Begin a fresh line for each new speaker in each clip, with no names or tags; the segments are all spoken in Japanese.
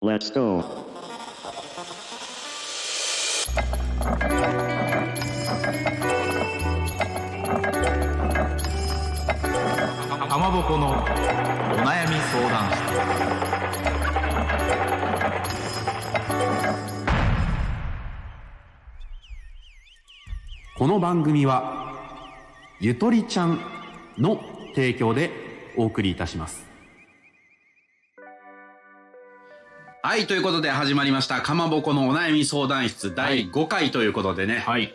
Let's go.
かまぼこのお悩み相談室この番組はゆとりちゃんの提供でお送りいたしますはいということで始まりましたかまぼこのお悩み相談室第5回ということでね、
はい。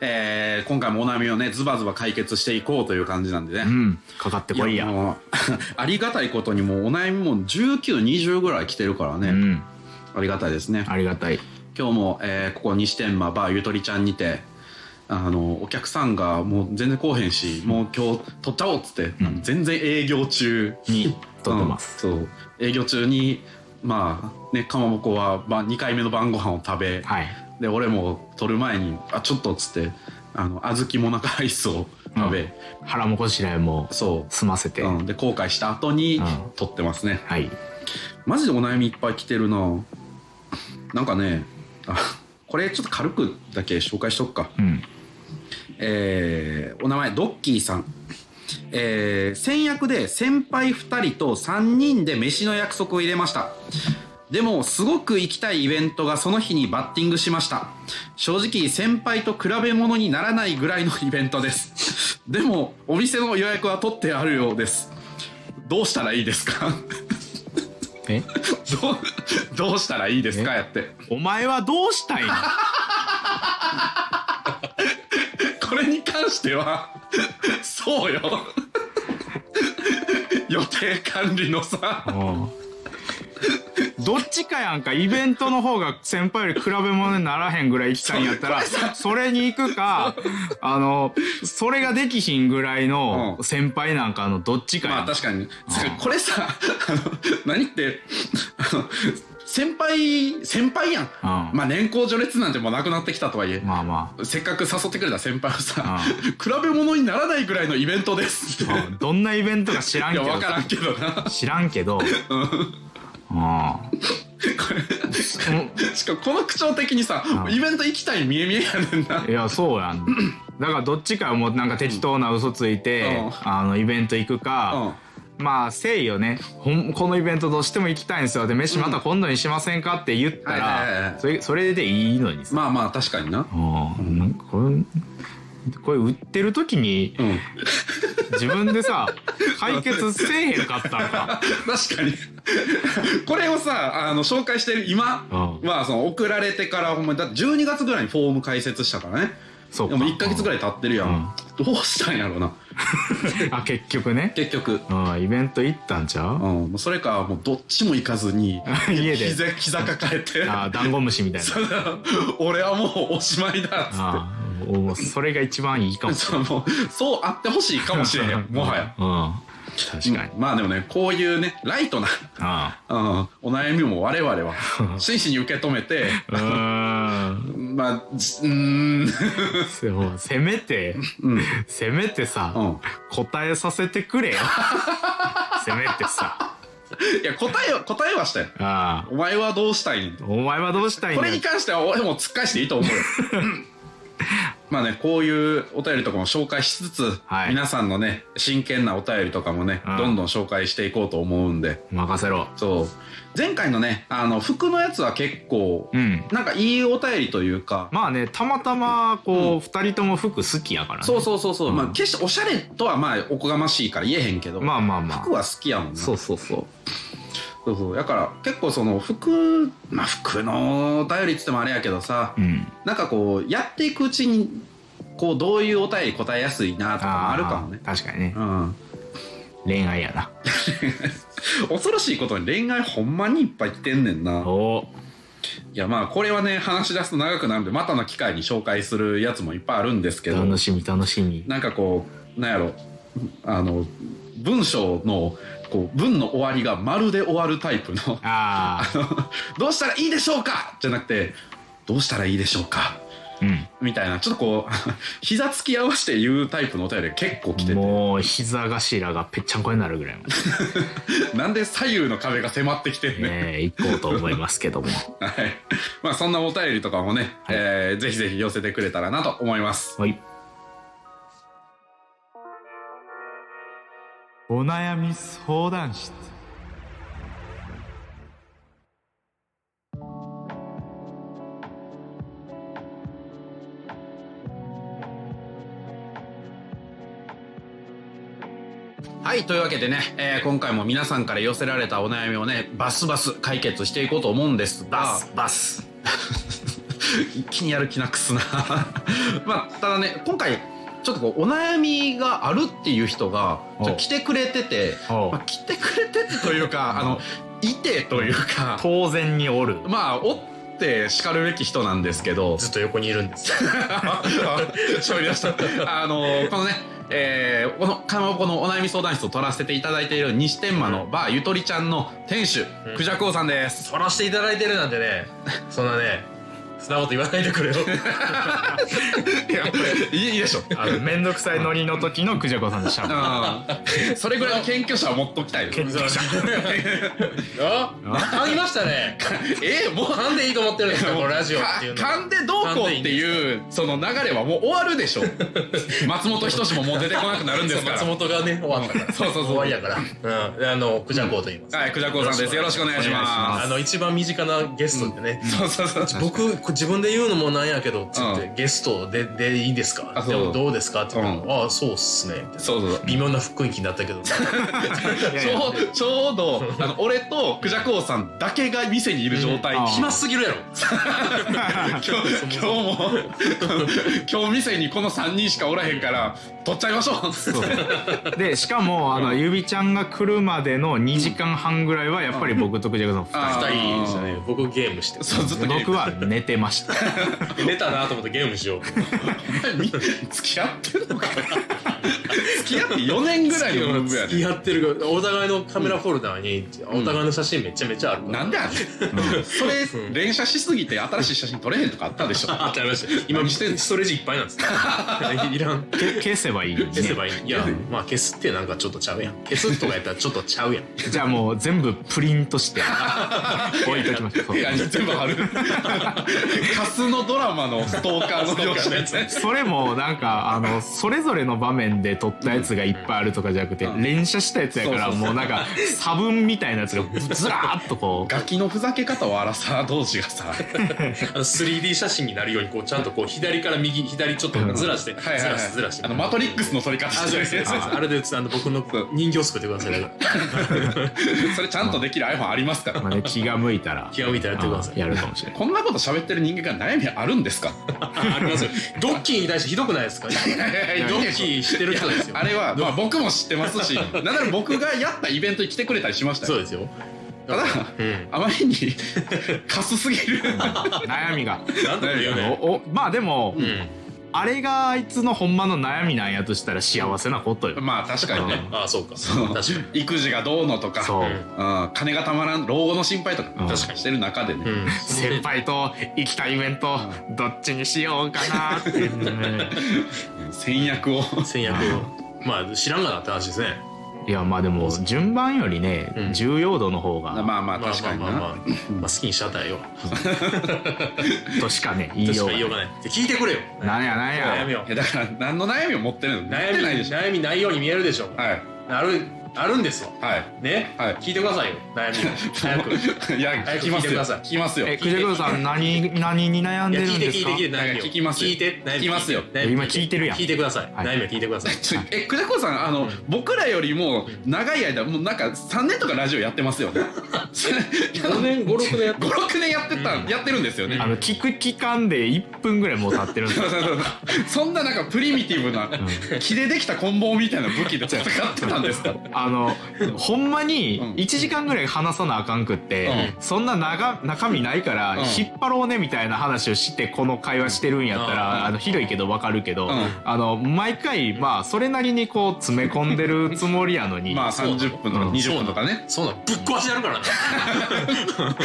えー今回もお悩みをねズバズバ解決していこうという感じなんでね、
うん。かかってこいや。
もう ありがたいことにもうお悩みも1920ぐらい来てるからね、
うん。
ありがたいですね
ありがたい。
今日も、えーここ西天満バーゆとりちゃんにてあのお客さんがもう全然来おへんしもう今日取っちゃおうっつって、
うん
全然営業中
に、とってます。
うんそう営業中にまあねかまぼこは、まあ、2回目の晩ご飯を食べ、
はい。
で俺も取る前に「あちょっと」っつってあの小豆もなかアイスを食べ、
う腹もこしらえも
そう
済ませて。
うん、で後悔した後に
うん
撮ってますね、
はい。
マジでお悩みいっぱい来てるななんかねあこれちょっと軽くだけ紹介しとくか
うん。
えーお名前ドッキーさんえー先約で先輩2人と3人で飯の約束を入れましたでもすごく行きたいイベントがその日にバッティングしました正直先輩と比べ物にならないぐらいのイベントですでもお店の予約は取ってあるようですどうしたらいいですか
え
どうどうしたらいいですか
え
やって
お前はどうしたいの
これに関してはそうよ予定管理のさ
うんどっちかやんかイベントの方が先輩より比べ物にならへんぐらい行きたいんやった らそれに行くかあのそれができひんぐらいの
うん
先輩なんかのどっちかやん
まあ確かに、これさあの何ってあの先輩先輩やん、
うん
まあ年功序列なんてもうなくなってきたとはいえ、
まあま
せっかく誘ってくれた先輩はさ、比べ物にならないぐらいのイベントですって、
あ、うんどんなイベントか知らん
い
けど
や分からんけどなこ
知らんけどうんうん
れしかもこの口調的にさ、
うん
イベント行きたい見え見えやねんない
やそうやんだからどっちかもうなんか適当な嘘ついて、
うん
あのイベント行くか、まあ誠意をねほんこのイベントどうしても行きたいんですよで飯また今度にしませんかって言った
うんはいはいはい
ら、
はい
それそれでいいのに
うん
さ、
まあまあ確かにな
うんなんかこれこれ売ってる時に
うん
自分でさ解決せえへんかったんか
確かに これをさあの紹介してる今
うん
まあその送られてからほんまにだって12月ぐらいにフォーム解説したからね
そう
で
か
も1か月ぐらい経ってるやん、どうしたんやろうな
うんあ結局ね、
結局、
うん、イベント行ったんちゃ
うん、
う
もうそれかもうどっちも行かずに
家で
膝膝抱え て
あダンゴムシみたいな
俺はもうおしまいだっつっ
あおそれが一番いいかも
てそうもうそうあってほしいかもしれへんもはや。
うん。確かに。
まあでもねこういうねライトな、
あ
うん、お悩みも我々 は真摯に受け止めて
あ。う
まあじうー ん
ん。そうせめて、
うん
せめてさ、
うん
答えさせてくれよ。せめてさ。
いや答えは答えはしたよ
ああ。
お前はどうしたいねんと
お前はどうしたいん
こ
だ
れ
よ
に。関しては俺も突っ返していいと思うよまあねこういうお便りとかも紹介しつつ、
はい
皆さんのね真剣なお便りとかもね、
うん
どんどん紹介していこうと思うんで
任せろ。
そう前回のねあの服のやつは結構、
うん。
なんかいいお便りというか、
まあね、たまたま、こう、二、人とも服好きやからね。
そうそうそうそう、
うん
まあ決しておしゃれとはまあおこがましいから言えへんけど、
まあまあまあ
服。は好きやもんな
そうそうそう。
そうそうだから結構その服まあ服のお便りっつってもあれやけどさ、
うん。
なんかこうやっていくうちにこうどういうお便り答えやすいなとかもあるかもね
あー。確かにね
う。ん、
恋愛やな。
恐ろしいことに恋愛ほんまにいっぱい来てんねんな。
おー
いやまあこれはね話し出すと長くなるんでまたの機会に紹介するやつもいっぱいあるんですけど
楽しみ楽しみ。
なんかこうなんやろあの文章のこう文の終わりがまるで終わるタイプの
あ
どうしたらいいでしょうかじゃなくてどうしたらいいでしょうか
あ。うん
みたいなちょっとこう 膝つき合わせて言うタイプのお便りが結構来てて
もう膝頭がぺっちゃんこになるぐらいま
なんで左右の壁が迫ってきて
で
んねん
ね行こうと思いますけども
はいまあそんなお便りとかもね、
はい
えーぜひぜひ寄せてくれたらなと思います
はいお悩み相談室
はいというわけでね、えー今回も皆さんから寄せられたお悩みをねバスバス解決していこうと思うんですが
バスバス
一気にやる気なくすな まあただね今回ちょっとこうお悩みがあるっていう人が
おう
ちょっと来てくれてて、
おう
まあ、来てくれててというかあのいてというか
当然におる
まあおってしかるべき人なんです けど
ずっと横にいるんです。
喋りま したあのこのねえーこのかまぼこのお悩み相談室を取らせていただいている西天満のバーゆとりちゃんの店主、
うん
クジャクオさん です。
取らせていただいてるなんてね、そんなね、そんなこと言わない でくれよ。
いやいいいいでしょ。
あの面倒くさいノリの時のクジャコさんでした
うんそれぐらいの謙虚さは持っときたいです。
あ、噛みましたね。
えーもう
噛んでいいと思ってる んですか、このラジオっていうの
か
は。
噛んでどうこうっていうその流れはもう終わるでしょ松本人志ももう出てこなくなるんですから
松本がね、終わったから。
そうそうそう
終わりやから。うん。あの、クジャコウと言います。
はいクジャコウさんですよろしくお願いしま
あの、一番身近なゲストでね。
すそうそうそう
僕、こ自分で言うのもなんやけど、つって、
う
ゲストで、でいいです
あ
か
そう
でもどうですかって言ったら
う
ああ、 そうっすね。みたいな
そうそうそう
微妙な雰囲気になった けど。
いやい
ち
や
ょうちょうどあの俺とクジャコウさんだけが店にいる状態、
うん
暇すぎるやろ。
今日今日も今日店にこの3人しかおらへんから取っちゃいましょう
そうでしかもあのゆびちゃんが来るまでの2時間半ぐらいはやっぱり僕とクジャコさん2人
あ
二人ですよね。僕ゲームして。
そうずっとゲーム
僕は寝てました
寝たなと思ってゲームしよう。
み付き合ってんのかな付き合って4年ぐらいのムーブや
付
ね
き合ってるからお互いのカメラフォルダーにお互いの写真めちゃめちゃあるから。
なんであれ、それ連写しすぎて新しい写真撮れへんとかあったでしょ
あってありました。今見せてストレージいっぱいな んです。いらん。
け消せばいいのに
消せ
ね
ばいい。いや、まあ消すってなんかちょっとちゃうやん。消すとかやったらちょっとちゃ うやん。
じゃあもう全部プリント して置いときましょ
部屋
う
に全部貼るカスのドラマのストーカーの表紙のやつね
それもなんかあのそれぞれの場面で撮ったやつがいっぱいあるとかじゃなくて
うん
連写したやつやか
そ
ら
うそうそう
もうなんか差分みたいなやつがずらーっとこう
ガキのふざけ方を荒さ同士が さ
あの 3D 写真になるようにこうちゃんとこう左から右左ちょっとずらしてず
はいはい、
ら
は
してずらし
い、
て。
あのマトリックスの撮り方
あ
し
そう
て
で
る
すそうです
そ
あれであの僕の
そう
人形作ってくださいだから
れちゃんとできる iPhone ありますから
まあね気が向いたら
気が向いたらやってください
あーやるかもしれない
こんなこと喋ってる人間が悩みあるんですか
あありますよドッキーに対してひどくないですかドッキーしてる人ですよ
あれは、まあ、僕も知ってますしなんなら僕がやったイベントに来てくれたりしました
そう
よ
ですよ
ただ
うん
あまりに カスすぎる
悩みが
なんとか言うね
おおまあでも、
うん
あれがあいつのほんまの悩みなんやとしたら幸せなことよ、
まあ確かにね
ああそうか
そう
確かに
育児がどうのとか
そう、
うん
うん、金がたまらん老後の心配とか
うん
確かにしてる中でね、
うん
先輩と行きたいイベントどっちにしようかな って、ね、
戦略を
戦略をまあ知らんがなって話ですね
いやまあでも順番よりね、
うん
重要度の方
まあ
が
まあまあ
まあ
確
ま
か
あ
に
まあま
な
あまあ好きにしちゃったよ
としかね言い
と
よ
し
うが
か言いようがないで聞いてくれよ
なんやなん
悩
や
みを
えだから何の悩みを持ってるの持っ
悩
てない
み
でしょ
悩みないように見えるでしょ
はい
あるあるんですわ
はい
ね
はい
聞いてくださいよ悩 みを早く
い や
早
聞
く
きます
聞いてく
よ
ださい
聞きますよ
えクジャクロさん何何に悩ん
い
で
や
る
聞い
ん
て
です
聞い
か
て聞いて悩みを
聞きますよ
聞いて悩み
聞きますよ
悩み
今聞いてるやん
聞いてください
はい
悩みを聞いてください
ちょえ久世子さんあの、僕らよりも長い間もうなんか3年とかラジオやってますよね
5年56年やって
56年やってた、
うん
やってるんですよね、
あの聞く期間で1分ぐらいもう経ってるんです
そ
よ
うそう そうそんななんかプリミティブな木でできた棍棒みたいな武器で戦ってたんですか
ああのほんまに
うん
1時間ぐらい話さなあかんくって、そんな長中身ないから
うん
引っ張ろうねみたいな話をしてこの会話してるんやった
うん
らあのひどいけどわかるけど、
うん
あの毎回まあそれなりにこう詰め込んでるつもりやのに、
まあ
そう
30分とか
うん
20分とかね、
そうなのぶっ壊してやるからな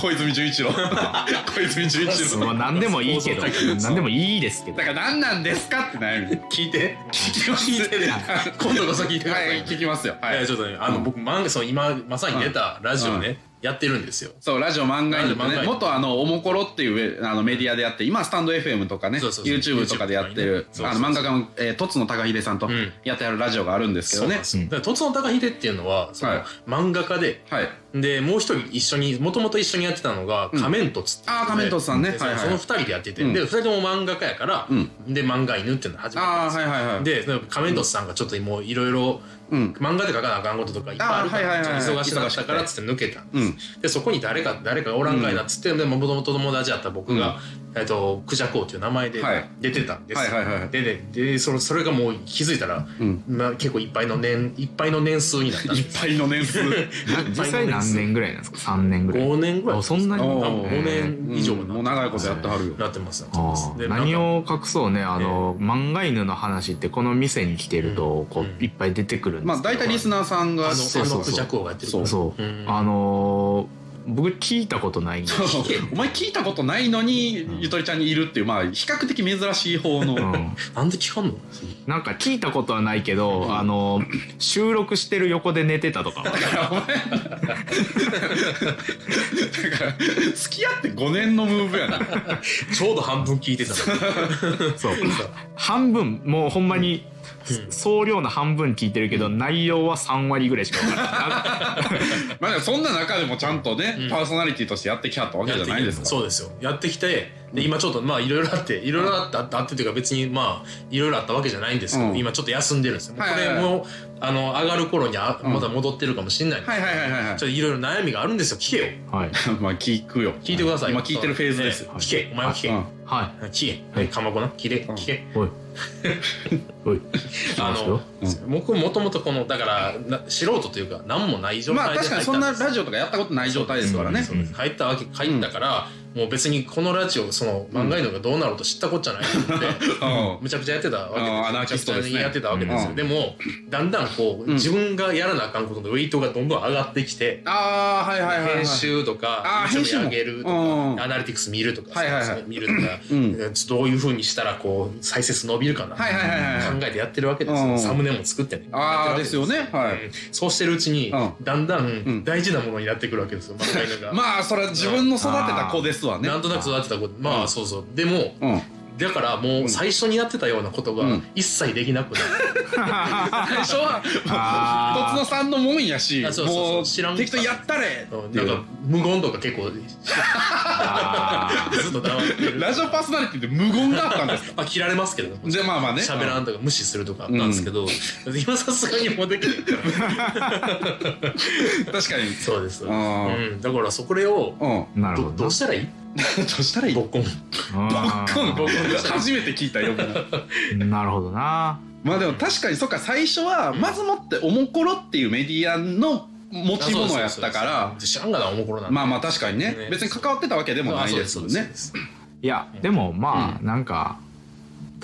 小泉純 一郎小泉純一
まあ
郎
何でもいいけど
そうそう
何でもいいですけど
だから何なんですかって悩み聞いて聞きます
聞いて ね今度こそ聞いてください
はい聞きますよはいい
やちょっとねあの、
うん
僕漫画そう今まさに出たラジオね、やってるんですよ
そうラジオ漫画犬と
ラジオ漫画
ね
犬
元あのおもころっていうあのメディアでやって今スタンド FM とかね
そうそうそう
YouTube とかでやってる
YouTube とか
あ
ね
の漫画家のえーとつの高秀さんと
うん
やってあるラジオがあるんですけどね
そうなんですよだからとつのたかひでっていうのはその、
はい
漫画家で
はい
でもう一人一緒にもともと一緒にやってたのが
うん
仮面凸っていう
あー仮面凸さんね
でそ
はいはい
その二人でやってて、
うん
で二人とも漫画家やから、
うん
で漫画犬っていうのが始まったん
あ
です
あ
よ
はいはいはい
でその仮面凸さんがちょっともういろいろ
うん
漫画で書かなあかんこととかいっぱいあるか
あーはい
ら
はいはい
ちょっと忙しかったからっつって抜けたん
う
です、
ん
でそこに誰か誰かおらんかいなっつってもともと友達やった僕が、えっとクジャコウという名前で
はい
出てたんです、
はいはいはい
でででそのそれがもう気づいたら、
うん
まあ、結構いっぱいの年いっぱいの年数になったん
いっ
です
ぱいの年数
実際何年ぐらいなんですか3年ぐらい
5年ぐらい
あそんなに
お
あ
ー
もう5年 以上
うん
に
も
な
う長
って
いことやってはるよ
なってますなって
あ
ます
ー
で
何を隠そうねあの、漫画犬の話ってこの店に来てるとこ
うん
ういっぱい出てくるんで
まあ
すけど、
大体リスナーさん
なん
が
かあ
そう
の
そ
あ
う
のクジャコウがやってるから
そう、
ん
あのー僕聞いたことないんで
そうお前聞いたことないのに、
ん
ゆとりちゃんにいるっていうまあ比較的珍しい方の、
うん、
なんで聞かんの
なんか聞いたことはないけど、
うん
あのー収録してる横で寝てた とか
だからお前だから付き合って5年のムーブやな
ちょうど半分聞いてたの
そう半分もうほんまに、
うん
総量の半分聞いてるけど、内容は3割ぐらいしか分からない
まあでもそんな中でもちゃんとね、
うん
パーソナリティとしてやってきはったわけじゃないですか
そうですよやってきてで今ちょっとまあいろいろあっていろいろあってあってというか別にまあいろいろあったわけじゃないんですけど、
うん
今ちょっと休んでるんですよもうこ
はいはい
れ
はい
もうあの上がる頃にあ
うん
また戻ってるかもしれないんです
はい
けど、
はいはいはいはい
ちょっといろいろ悩みがあるんですよ聞けよ
はい
まあ聞くよ
聞いてください、
今聞いてるフェーズです、
ええ聞けお前は聞け、
うん
は
聞け、
は
はいい、かまぼな聞け
うん
聞け、
いおいおい
あの、
う
僕もともとこのだからな素人というか何もない状
まあ
態で入
確
った
か
ん
に
です
そんなラジオとかやったことない状態ですからね
そうです入ったわけ入ったから、もう別にこのラジオその漫画犬がどうなろうと知ったこっち ゃないと思って、
うん
むちゃくちゃやってたわけです
あ
よ
ーアナーキストですね
むちゃくちゃやってたわけですよ、
うん
でもだんだんこう、
うん
自分がやらなあかんことのウェイトがどんどん上がってきて、
ああはいはいはいはい
編集とか
あー
YouTube
編集も
上げると
うん
かアナリティクス見るとか、
はいはいはい
そうですね見るとか、
うん
えーどういうふうにしたらこう再生数伸びるかな、
はいはいはいはい
考えてやってるわけですよ、
うん
サムネも作ってね
ああ
やっ
で
てるわけ
すよねはい、
うんそうしてるうちに、
うん
だんだ
ん
ん大事なものになってくるわ けですよ、漫画犬が。
まあそれは自分の育てた子ですわね
なんとなく育てたこと、ま
うん
あそうそう。でも、
うん
だからもう最初にやってたようなことが
うん
一切できなくなる。
最初は
あー
とつのさんのもんやし
あそうそうそう
もう
知らん
適当やったれ
うんなんか無言とか結構
あ ー
ずっと黙って る。
ラジオパーソナリティって無言があったんですか
まあ切られますけどね。
じゃあまあまあね
喋らんとか無視するとかあったんですけど、今さすがにもうできないか ら。
確かに
そうです。う
あー
ん。だからそこれを
うん
なるほ
ど
ど。
どうしたらいい？
そしたらいい
ボッコン。
あー
今度初めて聞いたよ
なるほどな。
まあでも確かにそっか最初はまずもっておもころっていうメディアの持ち物やったから
ら。知らんがなおもころなんて
まあまあ確かにね
ね
別に関わってたわけでもないですもん
あそう
ね
です
いや、でもまあ、なんか、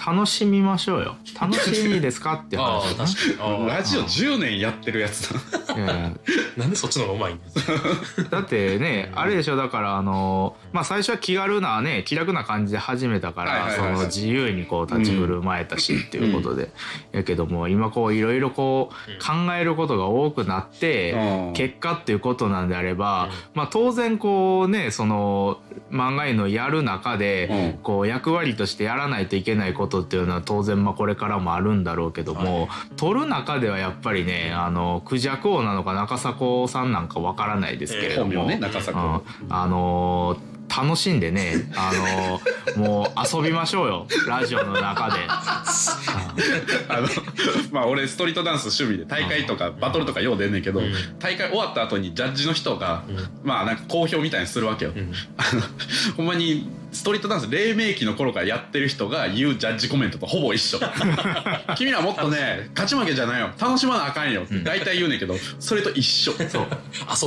楽しみましょうよ。楽しみですかって
ああ
話
確
だな
かにあ
ラジオ10年やってるやつだ
え
ーなんでそっちの方がうまいんですか
えだってね、あれでしょ、だから、あの、まあ最初は気軽なね、気楽な感じで始めたか
はい
ら、
はい
そ
はいはい
の自由にこう立ち振る舞えたしっていうことで。やけども、今こういろいろこう考えることが多くなって、
うん
結果っていうことなんであれば、
うん
まあ当然こうねその漫画犬のやる中で、
うん
こう役割としてやらないといけないことっていうのは当然まあこれからもあるんだろうけども、撮る中ではやっぱりねあのクジャク王なのか中迫さんなんかわからないですけれど
本
も、
名ね中
う
坂
んあのー楽しん でね、あのーもう遊びましょうよ、ラジオの中で。
あのまあ俺ストリートダンス趣味で大会とかバトルとかよう出んねんけど、
うん
大会終わった後にジャッジの人が、
うん
まあなんか好評みたいにするわけよ、
ん
あの ほんまにストリートダンス黎明期の頃からやってる人が言うジャッジコメントとほぼ 一緒君らもっとね勝ち負けじゃないよ楽しまなあかんよって大体言うねんけど、それと一緒
そう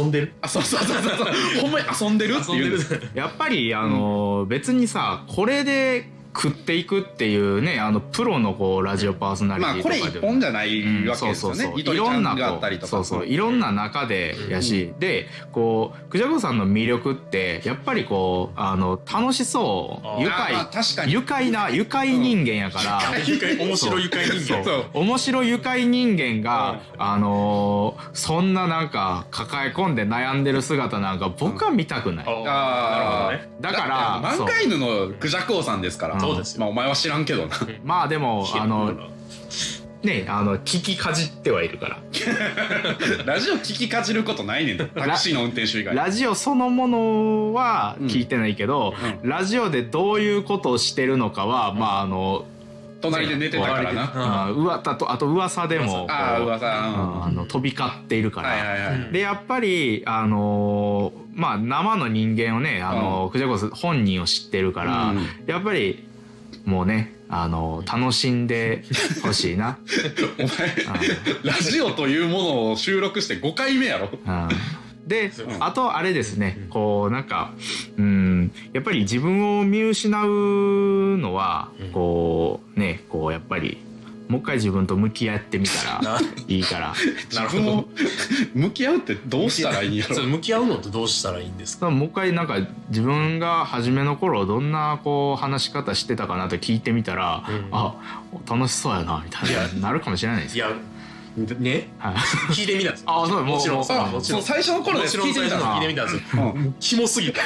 遊んでる
あそうそうそうそうそうほんまに遊んでるって言うんです
やっぱりあの、別にさこれで食っていくっていうねあのプロのこうラジオパーソナリテ
まあ
ィ
こ
とか
れ
でも、
一本じゃないわけ
う
ですよね
んそうそうそう
糸井ちゃんがあったりとか
そうそういろんな中でやし、でこうクジャコさんの魅力ってやっぱりこうあの楽しそう愉
あーまあ
快
確かに
愉快な愉快人間やから、
愉快面白い愉快人
そう
間
そう
面白い愉快人間が、あのーそんななんか抱え込んで悩んでる姿なんか僕は見たくない、
ああなるほどね
だから
だって
そう
満開犬のクジャコウさんですから
そう
ですよ
まあお前は知らんけどな
まあでもあ
う
の
ん
ねあの聞きかじってはいるから
ラジオ聞きかじることない ねんタクシーの運転手以外
ラジオそのものは聞いてないけど、ラジオでどういうことをしてるのかは、まああの、
隣で寝てたからな
うん
あうわたとあと噂でもこう
ああ噂
うんあの飛び交っているか
うん
ら。
はいはいは
う
い
ん
でやっぱりあのーまあ生の人間をねあのー、クジャコス本人を知ってるから、
うん
やっぱりもうねあのー楽しんでほしい な。
お前ラジオというものを収録して5回目やろ
うんで
うん
あとあれですねこうなんかうんやっぱり自分を見失うのは
うん
こうねこうやっぱりもう一回自分と向き合ってみたら
ない
いから
な
自
るほど
分を向き合うってどうしたらいいんやろ
そう向き合うのってどうしたらいいんですか
もう一回なんか自分が初めの頃どんなこう話し方してたかなと聞いてみたら
うん
あ楽しそうやなみたい
いや
ななるかもしれないで
い
すよ。
やね
はい
聞いてみたんですよ
あそうもう
もちろ
もうん
それは
あ
もち
そ
ろん
の最初の頃
も
で
ち
す
ろ
聞
ん
いて
最
み
初
た
の
ら
聞いてみたんです
う
よ
ん
キモすぎた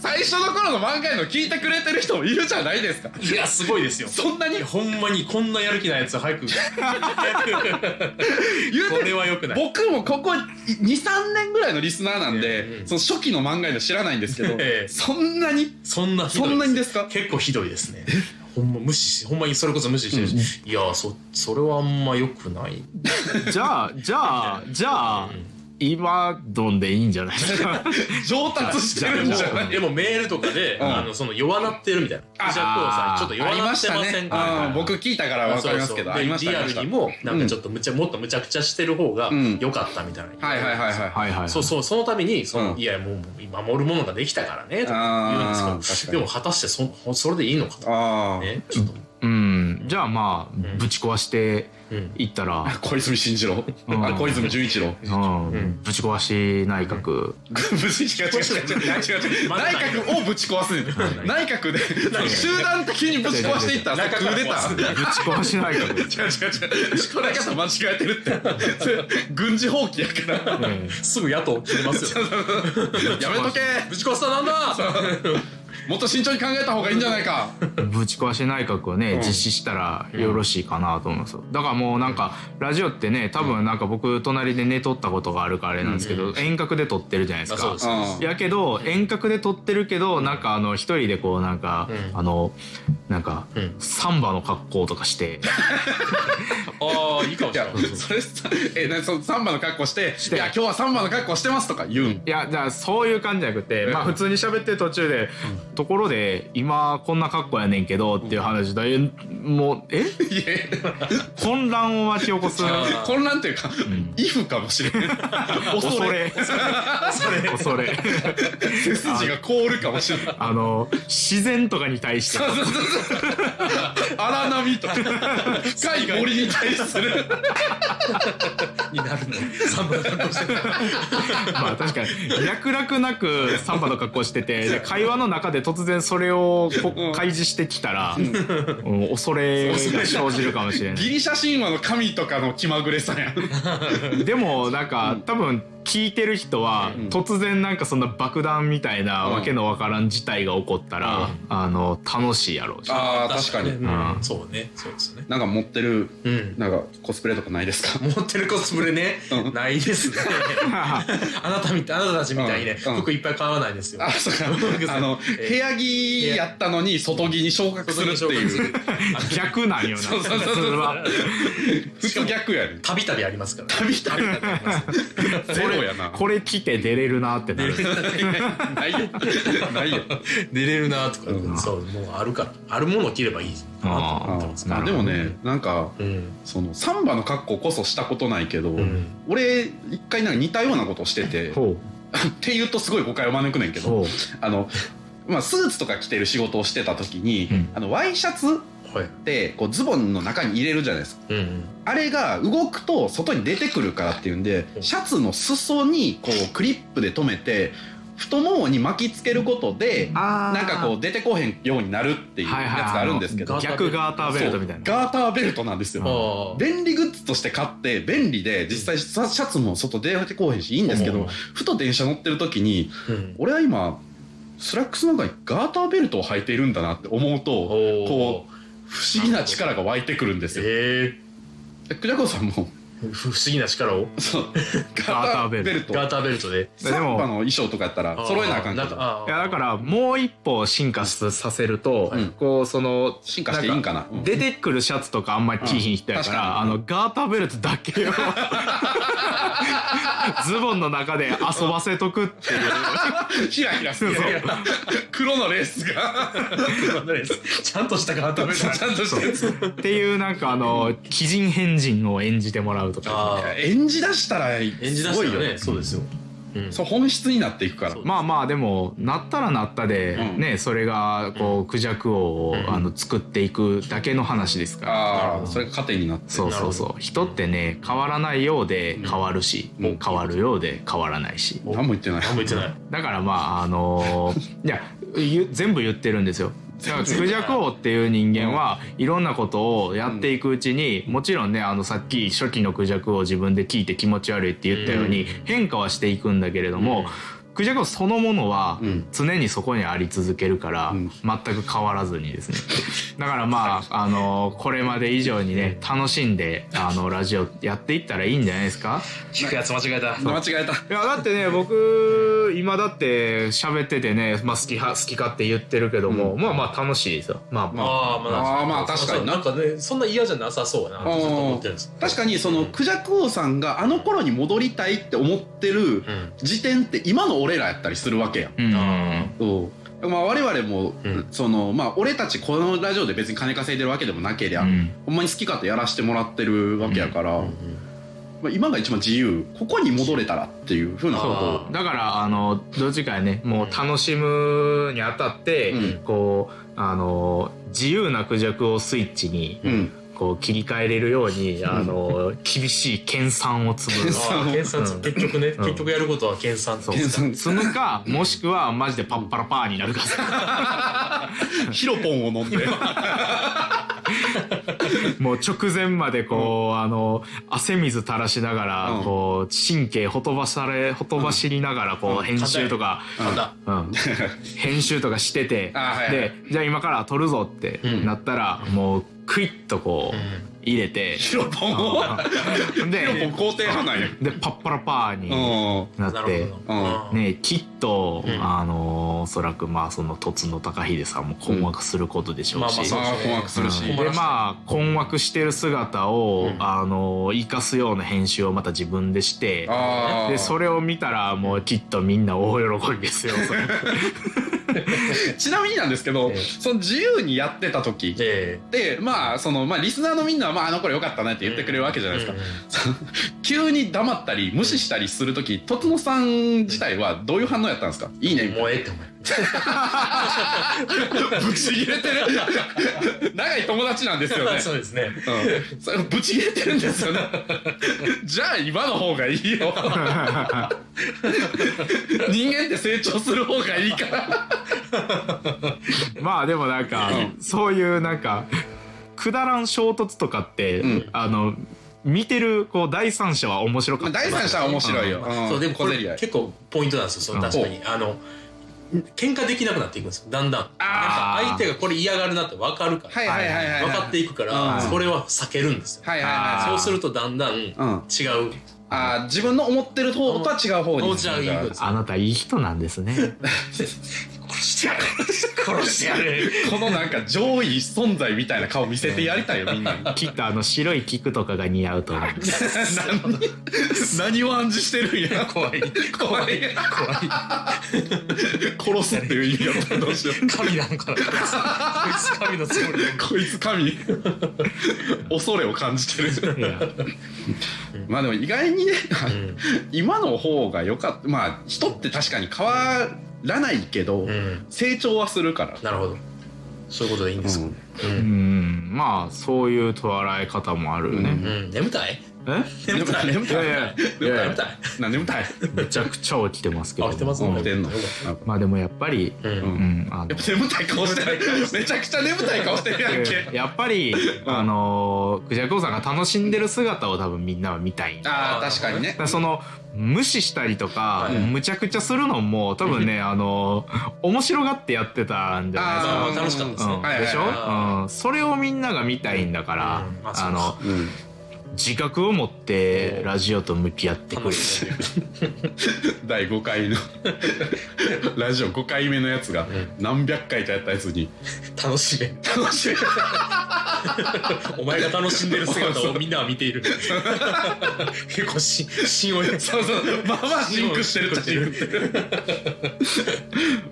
最初の頃の漫画の聞いてくれてる人もいるじゃないですか
いやすごいですよ
そんなに
ほんまにこんなやる気ないやつ 早く
言うて
これは良くない
僕もここ23年ぐらいのリスナーなんで、
うん
その初期の漫画の知らないんですけど、
ええ
そんなに
そんなひど
そ
い
んなにですか
結構ひどいですねほんま無視しほんまにそれこそ無視してるし、いやそそれはあんま良くない
じゃあじゃあじゃあ今どんでいいんじゃないです か。
上達してるんじゃない
でもメールとかで、
うん
あのその弱なってるみたいな。
あ
ジャック王さんちょっと弱
あり
な
ま
っ
してた
ませ
ね
ん。か。
あー僕聞いたからわかりますけど、あ
そう
り
そう
まし
でリ
たあ
ア
り
ル
ま
に
し
もなんかちょっとむちゃもっとむちゃくちゃしてる方が
うん
良かったみたいな。
た。はいはい
は
はいはい。
いはいはい
そうそうそのためにその、
うん
いやもう今守るものができたからねと
あ
か
ー
言うんですけどでも果たしてそほそれでいいのかと
ああ、
ねちょっと、
うん、じゃあまあ、
ん
ぶち壊して
うん、
いったら、
小泉進次郎、
うん
あ小泉純一 郎。
うん
ん
ぶち壊し内閣、
ぶち違う違う違う違う違う違う内閣をぶち壊すねん内閣で集団的にぶち壊していったらクーデター。
ぶち壊し内閣
違う違う違うこれ方間違えてるって それ軍事放棄やから
え
すぐ野党切れますよ、ね、
やめとけ
ぶち壊したなんだ
もっと慎重に考えた方がいいんじゃない か
えぶち壊し内閣をね、実施したらよろしいかなと思いますよだからもうなんかラジオってね多分なんか僕隣で寝とったことがあるからあれなんですけど、遠隔で撮ってるじゃないです
あそ
か
うです
うん
やけど遠隔で撮ってるけどなんかあの一人でこうなんか、
うん
あのなんか、
うん
サンバの格好とかして
ああいいかも
い
しれ
や
ない
それさえなそのサンバの格好して「
て
いや今日はサンバの格好してます」とか言うん
いやじゃあそういう感じじゃなくて、まあ
うん
普通に喋ってる途中で、ところで今こんな格好やねんけどっていう話だ、えもうえ
いや
混乱を巻き起こす
あ
混乱というか「イフ」かもしれん恐
恐
れ
れ恐れ
背筋が凍るかもしれない
あの自然とかに対して
荒波とか深い森に対する
になるのサンバの格好して
まあ確かに脈絡なくサンバの格好しててで会話の中で突然それをこ
うん
開示してきたら、うん恐れが生じるかもしれない
ギリシャ神話の神とかの気まぐれさやん
でもなんか、多分聞いてる人は、
うん
突然なんかそんな爆弾みたいな、
うん
わけのわからん事態が起こったら、
うん
あの楽しいやろうし
ああ確かに、
うん
うん
そうねそうですね
なんか持ってる
うん
なんかコスプレとかないですか
持ってるコスプレね
うん
ないですねあなたみたいあなたたちみたいにね
うんうん
服いっぱい買わないです よ
あそうかあの部屋着やったのに外着に昇格するっていう
逆なんよな
そうそうそうそう
れは
普通逆やね
たびたびありますから
たびたび
あります
ゼロや な
これ着て出れるなってなる
ないよないよ
寝れるなとか、
うん
そうもうあるからあるものを着ればいいなと思ってます
あ
な
で
るほ
も
ど
ねなんか
うん
そのサンバの格好こそしたことないけど、
うん
俺一回なんか似たようなことして てっ
ほ
て言うとすごい誤解を招くねんけ
う
ど
ほう
あの、まあ、スーツとか着てる仕事をしてた時に、
うん
あのワイシャツ
はい
ってこうズボンの中に入れるじゃないですか
うん
あれが動くと外に出てくるからっていうんでシャツの裾にこうクリップで留めて太ももに巻きつけることで
あー
なんかこう出てこへんようになるっていうやつがあるんですけど、
はいはい
逆ガーターベルトみたいな
ガーターベルトなんですよ。
ああ
便利グッズとして買って便利で実際シャシャツも外出てこうへんしいいんですけ
うん
どふと電車乗ってる時に
うん
俺は今スラックスの中にガーターベルトを履いているんだなって思う
お
と
ー
こ不思議な力が湧いてくるんですよ。
え
えクジャコさんも
ー、不思議な力を
そう
ガ
ガ
ー
ー
タ
タ
ー
ー
ベ
ベ
ル
ル
ガー
ト
ターベルトで
サンバの衣装とかやったら揃えなあかんけ
なんか
ど
ああ
いやだからもう一歩進化ささせると、
うん
こうその
進化していいんかな。うん
出てくるシャツとかあんまり着いひん人やから、
うん
あのガーターベルトだけをズボンの中で遊ばせとくっていう
ひらひらする
いやいや
黒のレースが
ちゃんとしたガーターベ ル
ち
ト
ゃんとしてるやつ
っていうなんかあの鬼人変人を演じてもらうとか
ああ
演じ出したら演
演じ出したらねそうですよ、うん、
そう本質になっていくから
そう
まあまあでもなったらなったで、
うん
ねそれがこうクジャク王を、
ん
あの作っていくだけの話ですから。
なる
あ
ほ
あ
ど
それが糧になって
そうそう
なる
そ
ほ
う
ど
人ってね変わらないようで変わるし、
うん
変わるようで変わらないし
お
何も言ってない
何も言ってない
だからまああのー いやゆ全部言ってるんですよ。だからクジャク王っていう人間はいろんなことをやっていくうちにもちろんねあのさっき初期のクジャク王自分で聞いて気持ち悪いって言ったように
うん
変化はしていくんだけれども、クジャク王そのものは
うん
常にそこにあり続けるから
うん
全く変わらずに ですねだからまああのーこれまで以上にね楽しんであのラジオやっていったらいいんじゃないですか
聞くやつ間違えた
間違えた
いやだってね僕今だって喋っててね、まあ、好きは好きかって言ってるけども、
う
まあまあ楽しいですよまあまあ、
ああまあ
あーまあ確かにな
なんかねそんな嫌じゃなさそうやなってずっと思ってるんです
確かにそのクジャク王さんがあの頃に戻りたいって思ってる
うん
時点って今の俺らやったりするわけやん。
うん
そうまあ、我々も、
うん
そのまあ、俺たちこのラジオで別に金稼いでるわけでもなけりゃ、
うん
ほんまに好き勝手やらしてもらってるわけやから、
うん
まあ、今が一番自由ここに戻れたらっていうふうなことを
あ
だからあのどっちかやねもう楽しむにあたって、
うん
こうあの自由なクジャクをスイッチに
うん
こう切り替えれるように、あの厳しい研鑽を積む
研
あー研鑽
うん
結局ね
ん
結局やることは研鑽そう
研 鑽
積むかもしくはマジでパッパラパーになるか
ヒロポンを飲んで
もう直前までこう、あの汗水垂らしながら、
うん
こう神経ほとばされほとばしりながらこう、
うん
編集とか、
なんだ
うん、編集とかしてて
あはいはい
でじゃあ今から撮るぞって
うん
なったら、もうクイッとこう、入れて、
ヒロポンを ヒロポン
で
肯定派なんや
でパッパラパーに
うん
な
な
っ
る
て。
ほど
ねきっと、
うん
あのおそらくまあそのとつの高秀さんも困惑することでしょうし、
まあまあそ
まあ
う
困惑するし、
うん
困
で
らせた
まあ困惑してる姿を、
うん
あの生かすような編集をまた自分でして
ああ
でそれを見たらもうきっとみんな大喜びですよ。 それ
ちなみになんですけど、
ええ
その自由にやってた時っ
で
てまあそのまあリスナーのみんなは、まあ、あの頃良かったねって言ってくれるわけじゃないですか、その 急に黙ったり無視したりする時とつのさん自体はどういう反応やったんですかいいねみたいな
もうええって思
ぶち切れてる 長い友達なんですよね
うそうですね
うんそれぶち切れてるんですよね じゃあ今の方がいい よ人間って成長する方がいいから
まあでもなんか、
う
そういうなんかくだらん衝突とかって、
うん
あの見てるこう第三者は面白か
まあ
った
第三者は面白いよ。ん
そうでもこ
小
れ
競り合い
結構ポイントなんですよそう
うん
確かにあの喧嘩できなくなっていくんですよだんだん
ー
あ
なんか相手がこれ嫌がるなって分かるから、
はいはいはいはい。
分かっていくか
うん
らそれは避けるんですよ、
はいはいはい。
そうするとだんだん違う、
うんあー自分の思ってる方とは違う方に。
もう違う言うんです
あなたいい人なんですね
殺してやる殺してやるこのなんか上位存在みたいな顔見せてやりたいよみんなに
きっとあの白い菊とかが似合うと思います
何何を暗示してるんや怖い怖い怖い殺すっていう意味やったらどうしよう
神なのかな こいつ神のつもりなのか
こいつ神恐れを感じて
い
る
や
まあでも意外にね
うん
今の方が良かったまあ人って確かに変わらないけど、
うん
成長はするから、
なるほどそういうことでいいんですか、
うん
うん
うんまあそういう捉え方もあるよね、
うん眠たい
え
眠たい
眠
い
た
やい
い眠
やい
たい
や
眠たい
な眠たい
めちゃくちゃ起きてますけど
あ起きてます
起きてんの
よかっ
まあでもやっぱり、
たう
う
ん
ん
うん、あの
やっぱ眠たい顔してるめちゃくちゃ眠たい顔してるやんけ
やっぱり、あのクジャクオさんが楽しんでる姿を多分みんなは見たいんだ
ああ確かにね
だからその無視したりとか、
はい
むちゃくちゃするのも多分ねあの面白がってやってたんじゃないです
まあ
か
まあ楽しかったで
う
すね
んでしょ、
はいはいはい
うん、それをみんなが見たいんだから、
うんまあ
あ
そう
の
うん
自覚を持ってラジオと向き合ってくれ
楽しいね
第5回の ラジオ5回目のやつが何百回とやったやつに
楽しめ
楽しい
お前が楽しんでる姿をみんなは見ている結構し信用
そうそうまあまあシンクしてるっちゃシンクしてる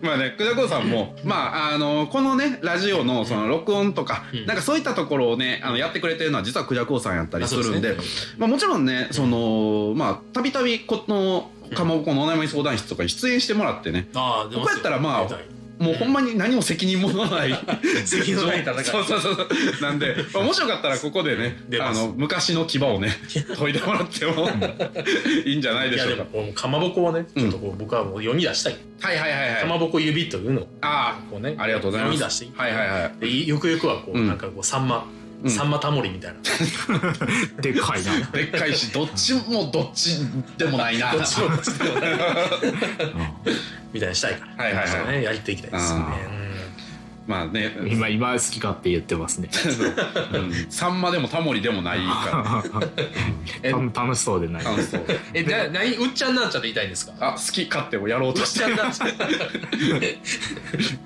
まあね久田子さんもまああのこのねラジオのその録音とか、
うん
なんかそういったところをねあのやってくれてるのは実は久田子さんやったりするんで
あそうです
まあ、もちろんねそのまあたびたびこのかまぼこのお悩み相談室とか出演してもらってね
ああでも
ここやったらまあ
出たい
もうほんまに何も責任もない
責任のない戦い
そうそうそうそうなんで、まあ、もしよかったらここでね
出
あ
ます
の昔の牙 をね研いでもらってもいいんじゃないで
い
し
や
ょ
で
うか
もこうかまぼこをねちょっとこう、僕はもう読み出したい
はいはいはいはい
かまぼこ指というのを
あ
こうね
あありがとうございます
読み出していって
はいはいはい
でゆくゆくはこう、
うん
なんかこうさんま、
うん
さんまタモリみたいな
でっかいな
でっかいしどっちもどっちでもないな
どっちもどっちでもないみたいにしたいから、
はいはいはい
ちょっとね、やっていきたいですよね
あまあね
うん今今好き勝手言ってますね
さんまでもタモリでもないか
え
多分楽しそうでない
ら感想
うんえじゃあ何うっちゃんなんちゃって言いたいんですかうっ
あ好き勝手をやろうとし
ちゃんなんちゃ
て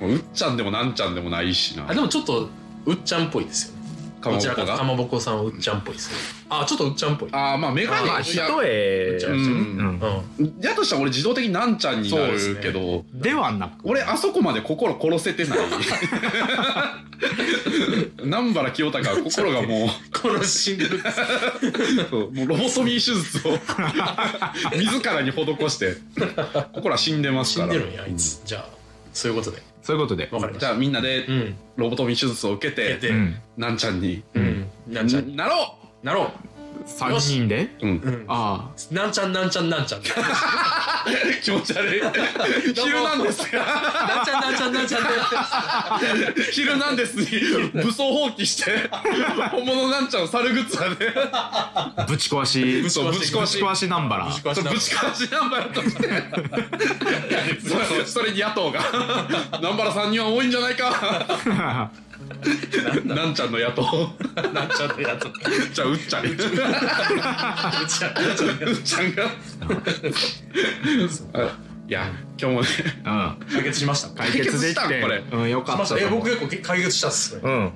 うっちゃんでもなんちゃんでもないしな
あでもちょっとうっちゃんっぽいですよね
かま
こ
ぼ
ちら
こ
かか
が
まぼこさんはうっちゃんっぽいですねあちょっとうっちゃんっぽい
ああまあメガネ
まあ
いや
一重
じゃ
う
あ
うんん
う
だとしたら俺自動的になんちゃんにな
そう
る
です
け
ね
ど、
ではなく
俺あそこまで心殺せ てない南原清隆は心がもうん
殺しんでる
そうもうロボソミー手術 を自らに施して心は死んでます
死
か
ん
ら
でるんやあいつ、じゃあそういうことで
そういうことで
わかりまし
じ
た
ゃあみんなで
うん
ロボトミー手術を受けて
で、
うん
なんちゃんに
うん、なんちゃん
なろ
なろ
3人で
う、うん
う、う、ん、
あ
なんちゃんなんちゃんなんちゃん
気持ち悪 い「
どうも
昼なんです」が
なんちゃんなんちゃんなんちゃんなんちゃん
「昼なんです」に武装放棄 して本物なんちゃんを猿グッズはね
あぶち壊しぶ
そうぶち壊し
ち壊しナンバラ
ぶち壊
そうぶち壊しナンバラとしてそそれに野 党が「南原さんには多いんじゃないか」 なんちゃんの野党
なんちゃんのやつう
じゃあうっちゃんうっ
ちゃんなんちゃんのや
ちゃん があいや今日もね
うん
つ解決しました
解決でき
解決した
て
んこれ
うんよ
し
か
ま
っ
したた
と
え
思う
僕結構け解決したっすね
うん、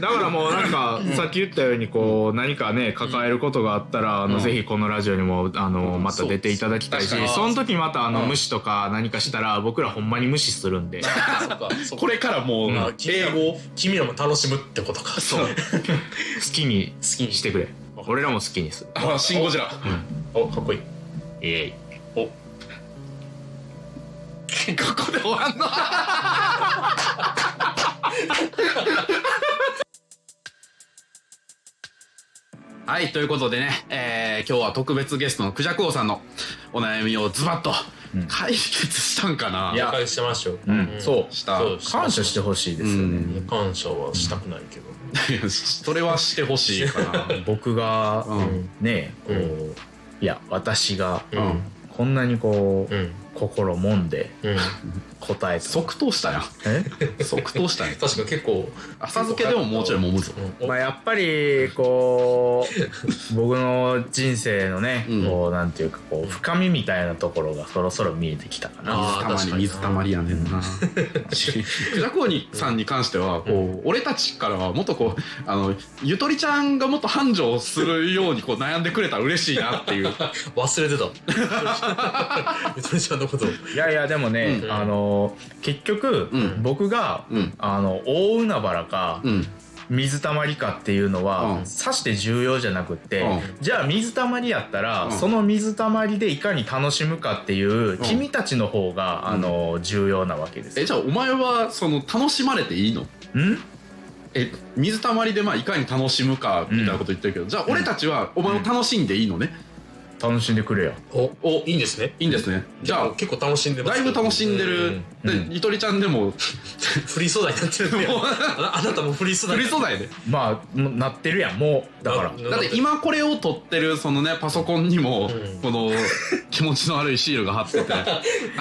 だからもうなんかさっき言ったようにこう何かね抱えることがあったらあのぜひこのラジオにもあのまた出ていただきたいし
そうです
その時またあの
うん
無視とか何かしたら僕らほんまに無視するんで
そっかそっ
こ
か
れからもう
まあ君ら
英
も
語
君らも楽しむってことかそう
好きに
好きに
してくれ俺らも好きにする
あシン・ゴジラ
おかっこいい
イエイ
お
ここで終わんの はいということでね、えー今日は特別ゲストのクジャクオさんのお悩みをズバッと
うん
解決したんかない
や返してましょう、
うん
そうした
そう
感謝してほしいですよね、
うん
感謝はしたくないけど、
いや それはしてほしいかな
僕が、
うん
ねこう、
う
いや私が
うん
うん
こんなにこう、
うん
心もんで
うん、
答えた
即答したやん
え
即答 したやん
確か結構、
浅漬けでももうちょい揉むぞ
うん
まあ、やっぱりこう僕の人生のね、
うん
こうなんていうかこう深みみたいなところがそろそろ見えてきたかな。
あ
水た
ー
ま
確
り
かに
水たまりやねん なしジャコーニさんに関してはこう、俺たちからはもっとこうあのゆとりちゃんがもっと繁盛するようにこう悩んでくれたら嬉しいなっていう
忘 れてたゆとりちゃんのこと
いやいやでもね、
うん
あの結局、
うん
僕が
うん
あの大海原か
うん
水たまりかっていうのは、
うん
さして重要じゃなくって、
うん
じゃあ水たまりやったら、
うん
その水たまりでいかに楽しむかっていう、君たちの方が、あの重要なわけです
え
よ。
じゃあお前はその楽しまれていいの
ん
え水たまりでまあいかに楽しむかみたいなこと言ってるけど、じゃあ俺たちはお前を楽しんでいいのね、
楽しんでくれよ。
おおいいんですね
いいんですねじ
じ
ゃ
ゃ
あ
あ結構楽しんでます
だいぶ楽しんで
う
る、
うんうん
でゆとりちゃんで も
フリー素材になってるんだ よあなあなたもフリー素材
振り素材で
まあもうなってるやんもうだから。
だって今これを撮ってるそのねパソコンにも
うん
この気持ちの悪いシールが貼って て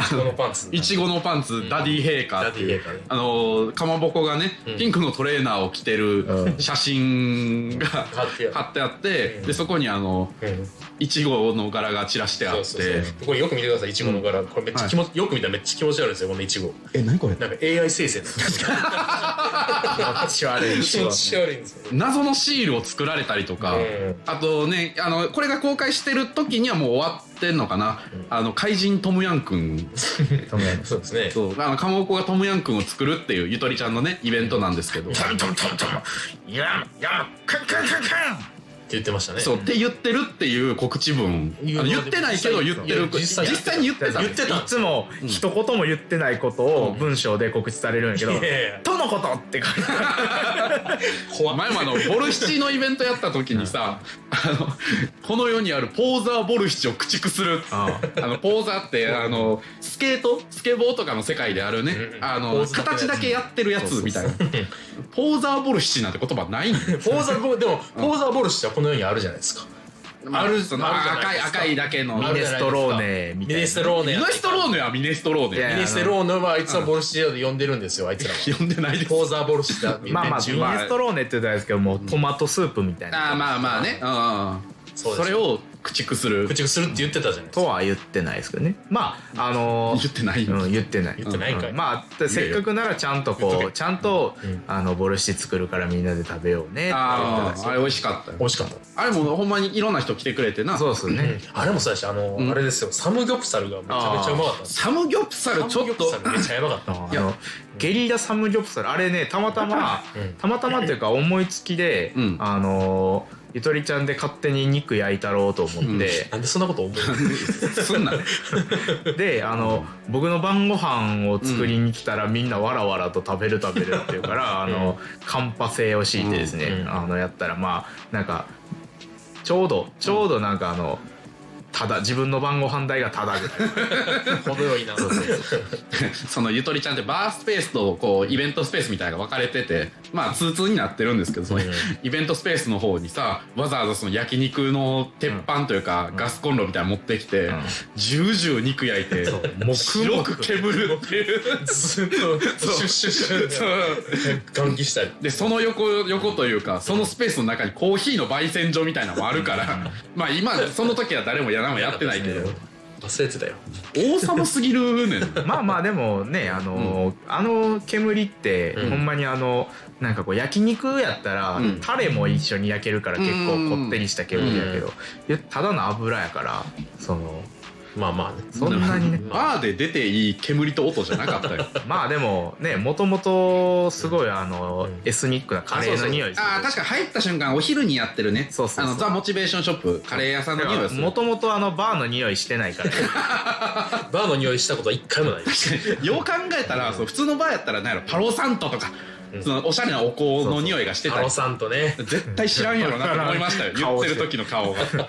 このパンツ
「いちごのパンツダディ陛下」
ダ
っ
デ
て
ィ
い
ゲー
う
カーね
あのかまぼこがね
うん
ピンクのトレーナーを着てる
うん
写真が
貼って
貼
あ
ってあって
うん
でそこにあの
るうん
いちごの柄が散らしてあ
そ
っ
うそうそう
て
これよく見てくださいいちごの柄これめっちゃ気持ちよく見たらめっちゃ気持ち悪いですよこのいちご
え何これ
なんか AI 生成
気持ち悪い
気持ち悪いんですよね
謎のシールを作られたりとか
うん
あとねあのこれが公開してる時にはもう終わってんのかな
うん
あの怪人トムヤンくん
トムヤム
そうですね
そうあのかまぼこがトムヤンくんを作るっていうゆとりちゃんのねイベントなんですけど
トムトムトムトムヤムヤムクンクンクンク
って言ってましたね
そうって言ってるっていう告知文
いや
あの言ってないけど言ってる
いや実際
実際に言って
ン
た
言ってた
いつも一言も言ってないことを文章で告知されるんやけど
いやいや
「とのこと!」って書いてあ
怖っ
前もあのボルシチのイベントやった時にさあのこの世にあるポーザーボルシチを駆逐するあのポーザーってあのスケートスケボーとかの世界であるね
うんうん
あ
ポー
の
ズだけ
形だけやってるやつみたいなポーザーボルシチなんて言葉ないんだ よ
フォーザボでもフォーザボルシチはこの世にあるじゃないですかある
その
あるじゃない
赤
で
い
すか
赤いだけの
る
ある
ミネストローネみた
ミ
いな
ネストローネ
ミネストローネはミネストローネ
いや
ミネストローネはあいつはボルシチで呼んでるんですよあいつら は
呼んでないです
フォーザボルシチだって言って
まあまあミネ
自分は
ストローネって言ったんですけどもうトマトスープみたいな
あーまあまあね、
そう
うん、
です
それを駆逐する
駆逐するって言ってたじゃないです
と
か
は言ってないですけどねまああのー
言ってない、
うん、言ってない
言ってないかい
うんまあせっかくならちゃんとこうちゃんと、
うん
あのボルシチ作るからみんなで食べようねって言ってたん
あ
です
あ
よ
あれ美味しかったよ
美味しかった
あれもほんまにいろんな人来てくれてな
そうですね、
あれもそうだし、あの、
ん
あれですよ、サムギョプサルがめちゃめちゃうまかったんですよ。
サムギョプサルち
サム
ょ
ギ
っ
ョプ
と
サルめちゃやばかった。
あ
いや
のゲリラサムギョプサルあれねたまたま、
うん
たまたまっていうか思いつきで、
うん
あのーゆとりちゃんで勝手に肉焼いたろうと思って、
なんでそんなこと 思う
すんなね
であの僕の晩ご飯を作りに来たら、みんなわらわらと食べる食べるっていうから、あのカンパ制を敷いてですね、
うん
あのやったらまあなんかちょうどちょうどなんかあの、ただ自分の晩ご飯代がただぐらい
程よいな。
そのゆとりちゃんってバースペースとこうイベントスペースみたいなのが分かれててまあ通通になってるんですけどその
うん
イベントスペースの方にさわざわざその焼肉の鉄板というかガスコンロみたいなの持ってきて
ん
ジュージュー肉焼いて
そう黙々
白く煙るっていう
ずっと、シュッシュッシュッ
そう
換気したり。
でその横横というかそのスペースの中にコーヒーの焙煎所みたいなのもあるからまあ今その時は誰もや何もやってないけど
忘れてたよ。
王様すぎるねん
まあまあでもねあのー、あの煙って、
うん
ほんまにあのなんかこう焼肉やったら、
うん
タレも一緒に焼けるから結構こってりした煙やけど、いやただの油やからその
まあまあね。
そんなにね
バーで出ていい煙と音じゃなかったよ
まあでもねもともとすごいあの、
うん
エスニックなカレーの匂いする
ああ確か入った瞬間お昼にやってるね
そうそうそう
あのザ・モチベーションショップカレー屋さんの匂いがする
もともとあのバーの匂いしてないから、
バーの匂いしたことは一回もない。
よう考えたらそう普通のバーやったらなんやろパロサントとかそのおしゃれなお香の匂いがしてた
ハ
り
ロさんとね
絶対知らんやろなと思いましたよ言
顔
ってる時の顔が 確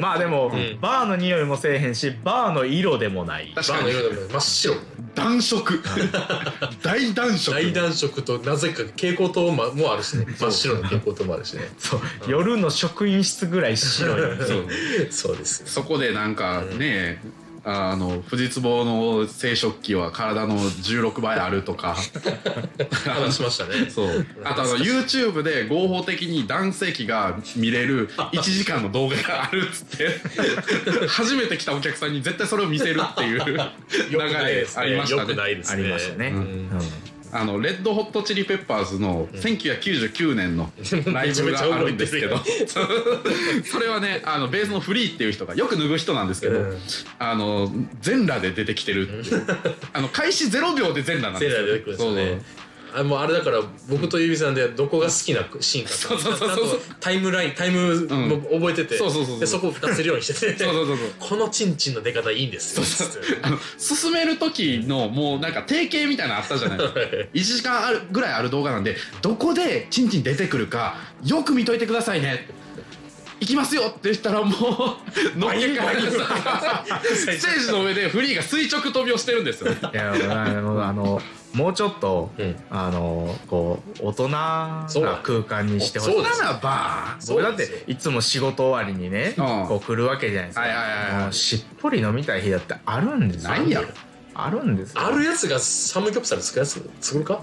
まあでも、
ん
バーの匂いもせえへんしバーの色でもない
バ
か
ーの
に
色でも真っ白
暖 色大暖色
大暖色となぜか蛍光灯ももあるしね真っ白の蛍光灯もあるしね
そう夜の職員室ぐらい白いのに
そう
そうです
そこでなんかね、あの富士壺の生殖器は体の16倍あると か
話しましたね
そうあとあの YouTube で合法的に男性器が見れる1時間の動画があるっつ って初めて来たお客さんに絶対それを見せるっていう流
よくない
れ
です
ありま
ね
し
よ
たね
くないです
あ
ね
りましたね、
う
うんん
あのレッドホットチリペッパーズの1999年のライ
めちゃ
ブ
めちゃ
があ
お
る
もろい
ん
ん
で
ですす
け
け
ど
ど
それはねあのベースのフリーっていう人がよく脱ぐ人なんですけど、
うん
あの全裸で出てきてるっ ていうあの開始0秒で全裸なん
セ
です
ーラー
よ
で出てくるんですよね
そう
あもうあれだから僕とゆびさんでどこが好きなシーンか
そうそうそうそう
ちゃんとタイムラインタイムも覚えてて、
そうそうそうそう
でそこを出せるようにしてて
そうそうそうそう
このチンチンの出方いいんですよ
あの進める時のもうなんか定型みたいなのあったじゃない ですか1時間あるぐらいある動画なんでどこでチンチン出てくるかよく見といてくださいね行きますよって言ったらも う乗っけからステージの上でフリーが垂直飛びをしてるんですよ
いやあのあのもうちょっと、
うん
あのこう大人な
そうだ
空間にしてほしい
そうです
ならば
そう
僕だ
なん
っ
ですよ
ていつも仕事終わりにね、
うん
こう来るわけじゃないですか、
はいはいはいはい
もうしっぽり飲みたい日だってあるんですよ
ないやろ
あるんですよ
あるやつがサムギョプサル作るやつ作るか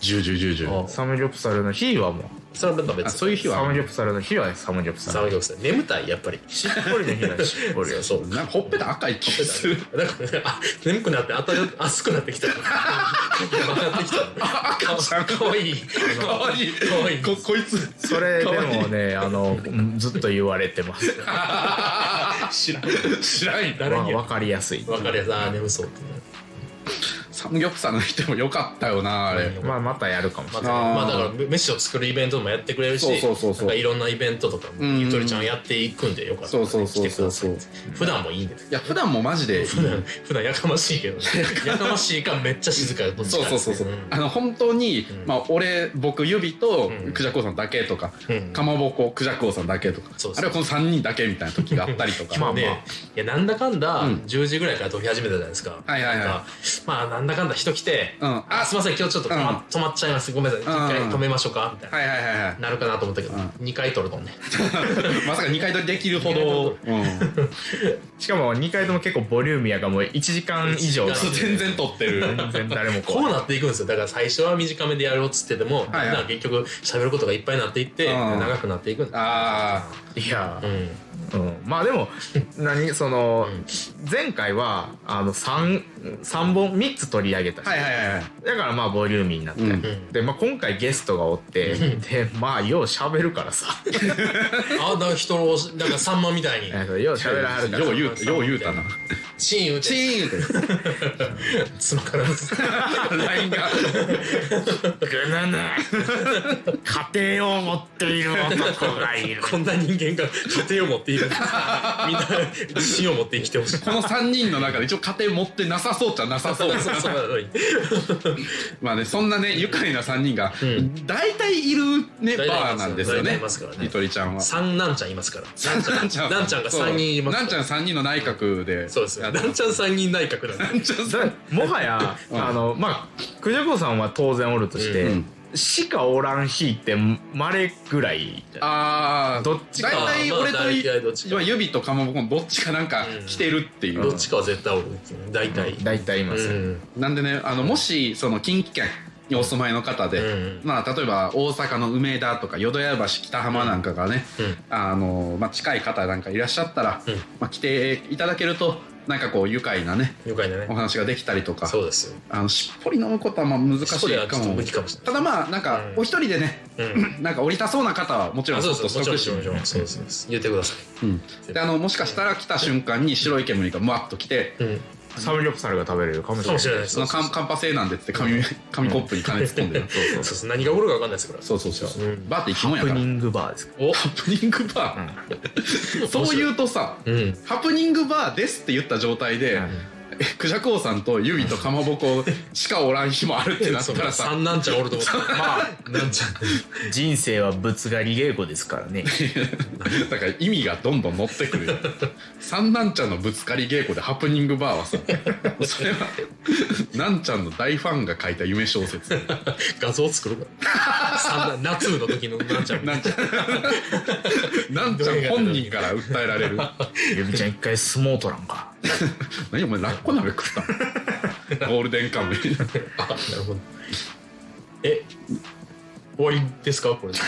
10 10 10
あ
サムギョプサルの日はもう
それはまた別
あそういう日は
サムギョプサルの日はサムギョプサ
サ
ル
ムギョプサル眠たいやっぱり
しっぽりの日はしっぽりよ
そう
なんかほっぺた赤い気がする
だからねあ眠くなって当たる熱くなってきたやばなってきた
赤ちゃん
かわいい
かわいい
かわいい
ここいつ
それで
かわいい
もねあのうんずっと言われてます、
知らん
知らんよ
まあ、
誰にや
分かりやすい
分かるやつあー眠そうってね
サムギョプサルの人もよかったよなあれ
まあまたやるかもしれな
まあ、
い
あー
まあだからメッシュを作るイベントもやってくれるし
そうそうそうそう
なんかいろんなイベントとかも
んうん
ゆとりちゃんやっていくんでよかった
そう
ら
そうそうそうそう
来てください普段もいいんです
いや普段もマジで
普段普段やかましいけどね やかましいかめっちゃ静かどっちか
そうそうそうそう、
ん
あの本当に、
ん
まあ、俺僕指と
うん
クジャクオさんだけとか、
うん
かまぼこクジャクオさんだけとか、
そうそう
あるいはこの3人だけみたいな時があったりとか
まあね、いやなんだかんだ
うん
10時ぐらいから撮り始めたじゃないですか。
はいはいはい
なんかまあなんだかんだ人来て、
うんあ
あすいません今日ちょっと止ま,、止まっちゃいますごめんなさい一回
うん
止めましょうかみたいな、
はいはいはいはい
なるかなと思ったけど、
うん
二2回撮るとね。
まさか2回撮りできるほど、うん
しかも2回とも結構ボリューミーやがもう1時間以上
そう
全然撮ってる
全然誰も
こうなっていくんですよだから最初は短めでやろうっつってても、
はい
なんか結局喋ることがいっぱいになっていって、
うん
長くなっていくんだ
あ
いや
う、ん
うん、まあでも何その前回はあの 3, 三本3つ取り上げたし
あはいはいはいはい
だからまあボリューミーになって、
うん
で、まあ、今回ゲストがおってでまあよう喋るからさ
あだから人をなんかさんまみたいに
えっとよう喋らはる から
よう言うよう言うたな
シーン打
チ
て
ーンって
角から打つ
ラインが
ぐぬぬ家庭を持っている男が いる
こんな人間が家庭を持ってい るんですみんな自信を持って生きてほしい
この3人の中で一応家庭持ってなさそうじゃなさそう
そうそうそうなのに
まあね、そんなね、愉快な3人が
ん、
大体いるね、
大体いますよ
バーなんですよ
大体
ね
いますから。ね
ゆとりちゃんは。
三なんちゃんいますから
なん
なんなんちゃんが三人います
なんちゃん3人の内閣で。
そうですよ
や
なんちゃん三人内閣なんで
ちゃん
だからもはや、
ん
あのまあクジャコさんは当然おるとして、
うん
しかおらん日ってまれぐらいじゃない
ああ、
どっちか
大体俺
まあ大体ど
と
っちか
要は指とかまぼこのどっちかなんか
うん
来てるっていう。
どっちかは絶対おる大体
大体いま
う
す、
ん
なんでね、あの、もし、その、近畿圏にお住まいの方で、
うん
まあ、例えば、大阪の梅田とか、淀屋橋、北浜なんかがね、
うん
あの、まあ、近い方なんかいらっしゃったら、
うん
まあ、来ていただけると、なんかこう、愉快なね、
了解だ
お
ね
話ができたりとか、
そうですよ
あのしっぽり飲むことはまあ難しい
しっぽりは
か
ちょっと
も
無理かもしれない
ただまあなんか
うん
お一人でね、
うん
なんか降りたそうな方はもちろ
あ
ん
そ
そうっ
そ
と
う
しと
もちろん
く
も
し
ちろんもちろんそうですそうです言ってくださ
うん
ろん
であのもしかしたら来た瞬間に白い煙がわっと来て、
いうん
サムギョプサルが食べれるかもし
か
れな
も
い
しれない
そ
そう
の
そう
カンカンパ製なんでっつって紙紙コップに金突っ込んでる、
そうそう何が起こるか分かんないですから
そうそうそう、
うん
バーって生き物
ハ
やか
プ
ら
ニングバーですか
お
ハプニングバ ー、そう言うとさ、
うん
ハプニングバーですって言った状態で、
うん
クジャク王さんとユビとかまぼこしかおらん日もあるってなった
そう
らさ、
三なんちゃんおると思った まあなんちゃん
人生はぶつ狩り稽古ですから ね。
だから意味がどんどん乗ってくるよ。三なんちゃんのぶつかり稽古でハプニングバーはさ、それは、なんちゃんの大ファンが書いた夢小説。
画像作るから三男夏の時のなんちゃん
なんちゃん、なんちゃん本人から訴えられる。
ゆびちゃん一回相撲取らんか。
何お前、ラッコ鍋食ったのゴールデンカムイ。
あ なるほどえ終わりですかこれ終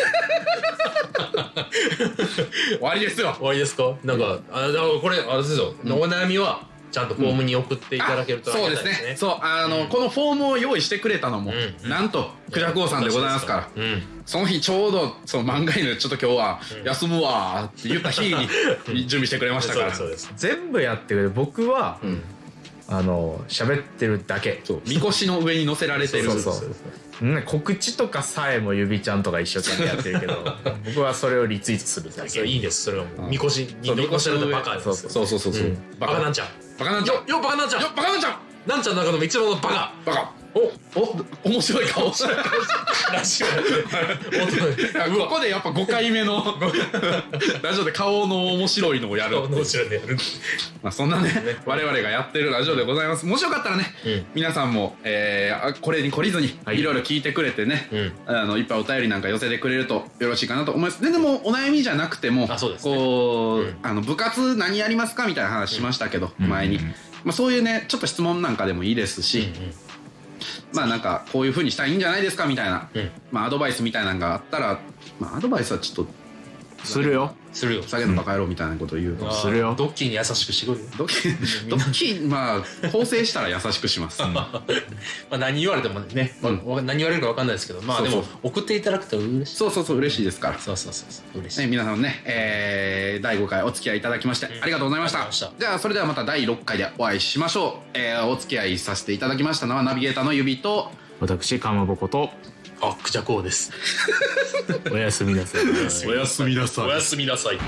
終わりですよ。
わりですかなんかあだからこれあれですよ、お悩みはちゃんとフォームに送っていただけるとあり
そう
が
です
たいですね
ねそうあの、このフォームを用意してくれたのも、
うんうん
なんとクジャク王さんでございますから
うん
その日ちょうどその漫画犬ちょっと今日は休むわーって言った日に準備してくれましたから、
そうですそう
全部やってくれる。僕は、
ん
あの、喋ってるだけ。
そうみこしの上に乗せられてる
そうそうね、告知とかさえもゆびちゃんとか一生懸命やってるけど僕はそれをリツイートするだ
ですい
け
やいいですそれはも
う
うんみこしに残しられたバカです
そうそうそうそうそう、
うん
バ
バ
カ
カなん
ち
ちゃん
ゃんバカなんちゃんよ
よよバカなんちゃん
バカなんちゃん
なんちゃんの中でも一番のバ カ
バカ
お
面白い顔してる
ラジオ大人
あここでやっぱ5回目のラジオで顔の面白いのをやるっていう
の後ろでやる
まあ、そんなね、我々がやってるラジオでございます。もしよかったらね、
うん
皆さんも、えーあこれに懲りずに、
はい
いろいろ聞いてくれてね、
うん
あの、いっぱいお便りなんか寄せてくれるとよろしいかなと思います。で、でも、お悩みじゃなくても、
あそうですね
こう、
うん
あの、部活何やりますかみたいな話しましたけど、前に。まあ、そういうね、ちょっと質問なんかでもいいですし、まあなんかこういう風にしたらいいんじゃないですかみたいな、
うん
まあアドバイスみたいなのがあったら、まあアドバイスはちょっと
するよ。
するよ
下げのバカ野郎みたいなことを言うと、
あー
するよ
ドッキーに優しくしてくるよ
ドッキリ、ドッキリ、まあ、構成したら優しくします。
まあ何言われてもね、まあ
うん
わ何言われるか分かんないですけどまあ
そう
で
そう
も送っていただくと嬉しい
そうそうそう、嬉しいですから。
そうそうそうそう嬉し
ね、
い
皆さんもね、えー、第5回お付き合いいただきまして、
ん
ありがとうございました。
ありがとうございまし
じゃあ、それではまた第6回でお会いしましょう。えー、お付き合いさせていただきましたのは、ナビゲーターの指と、
私、かまぼこと、
あくじゃこうです
おやすみなさい
おやすみなさいおやすみなさい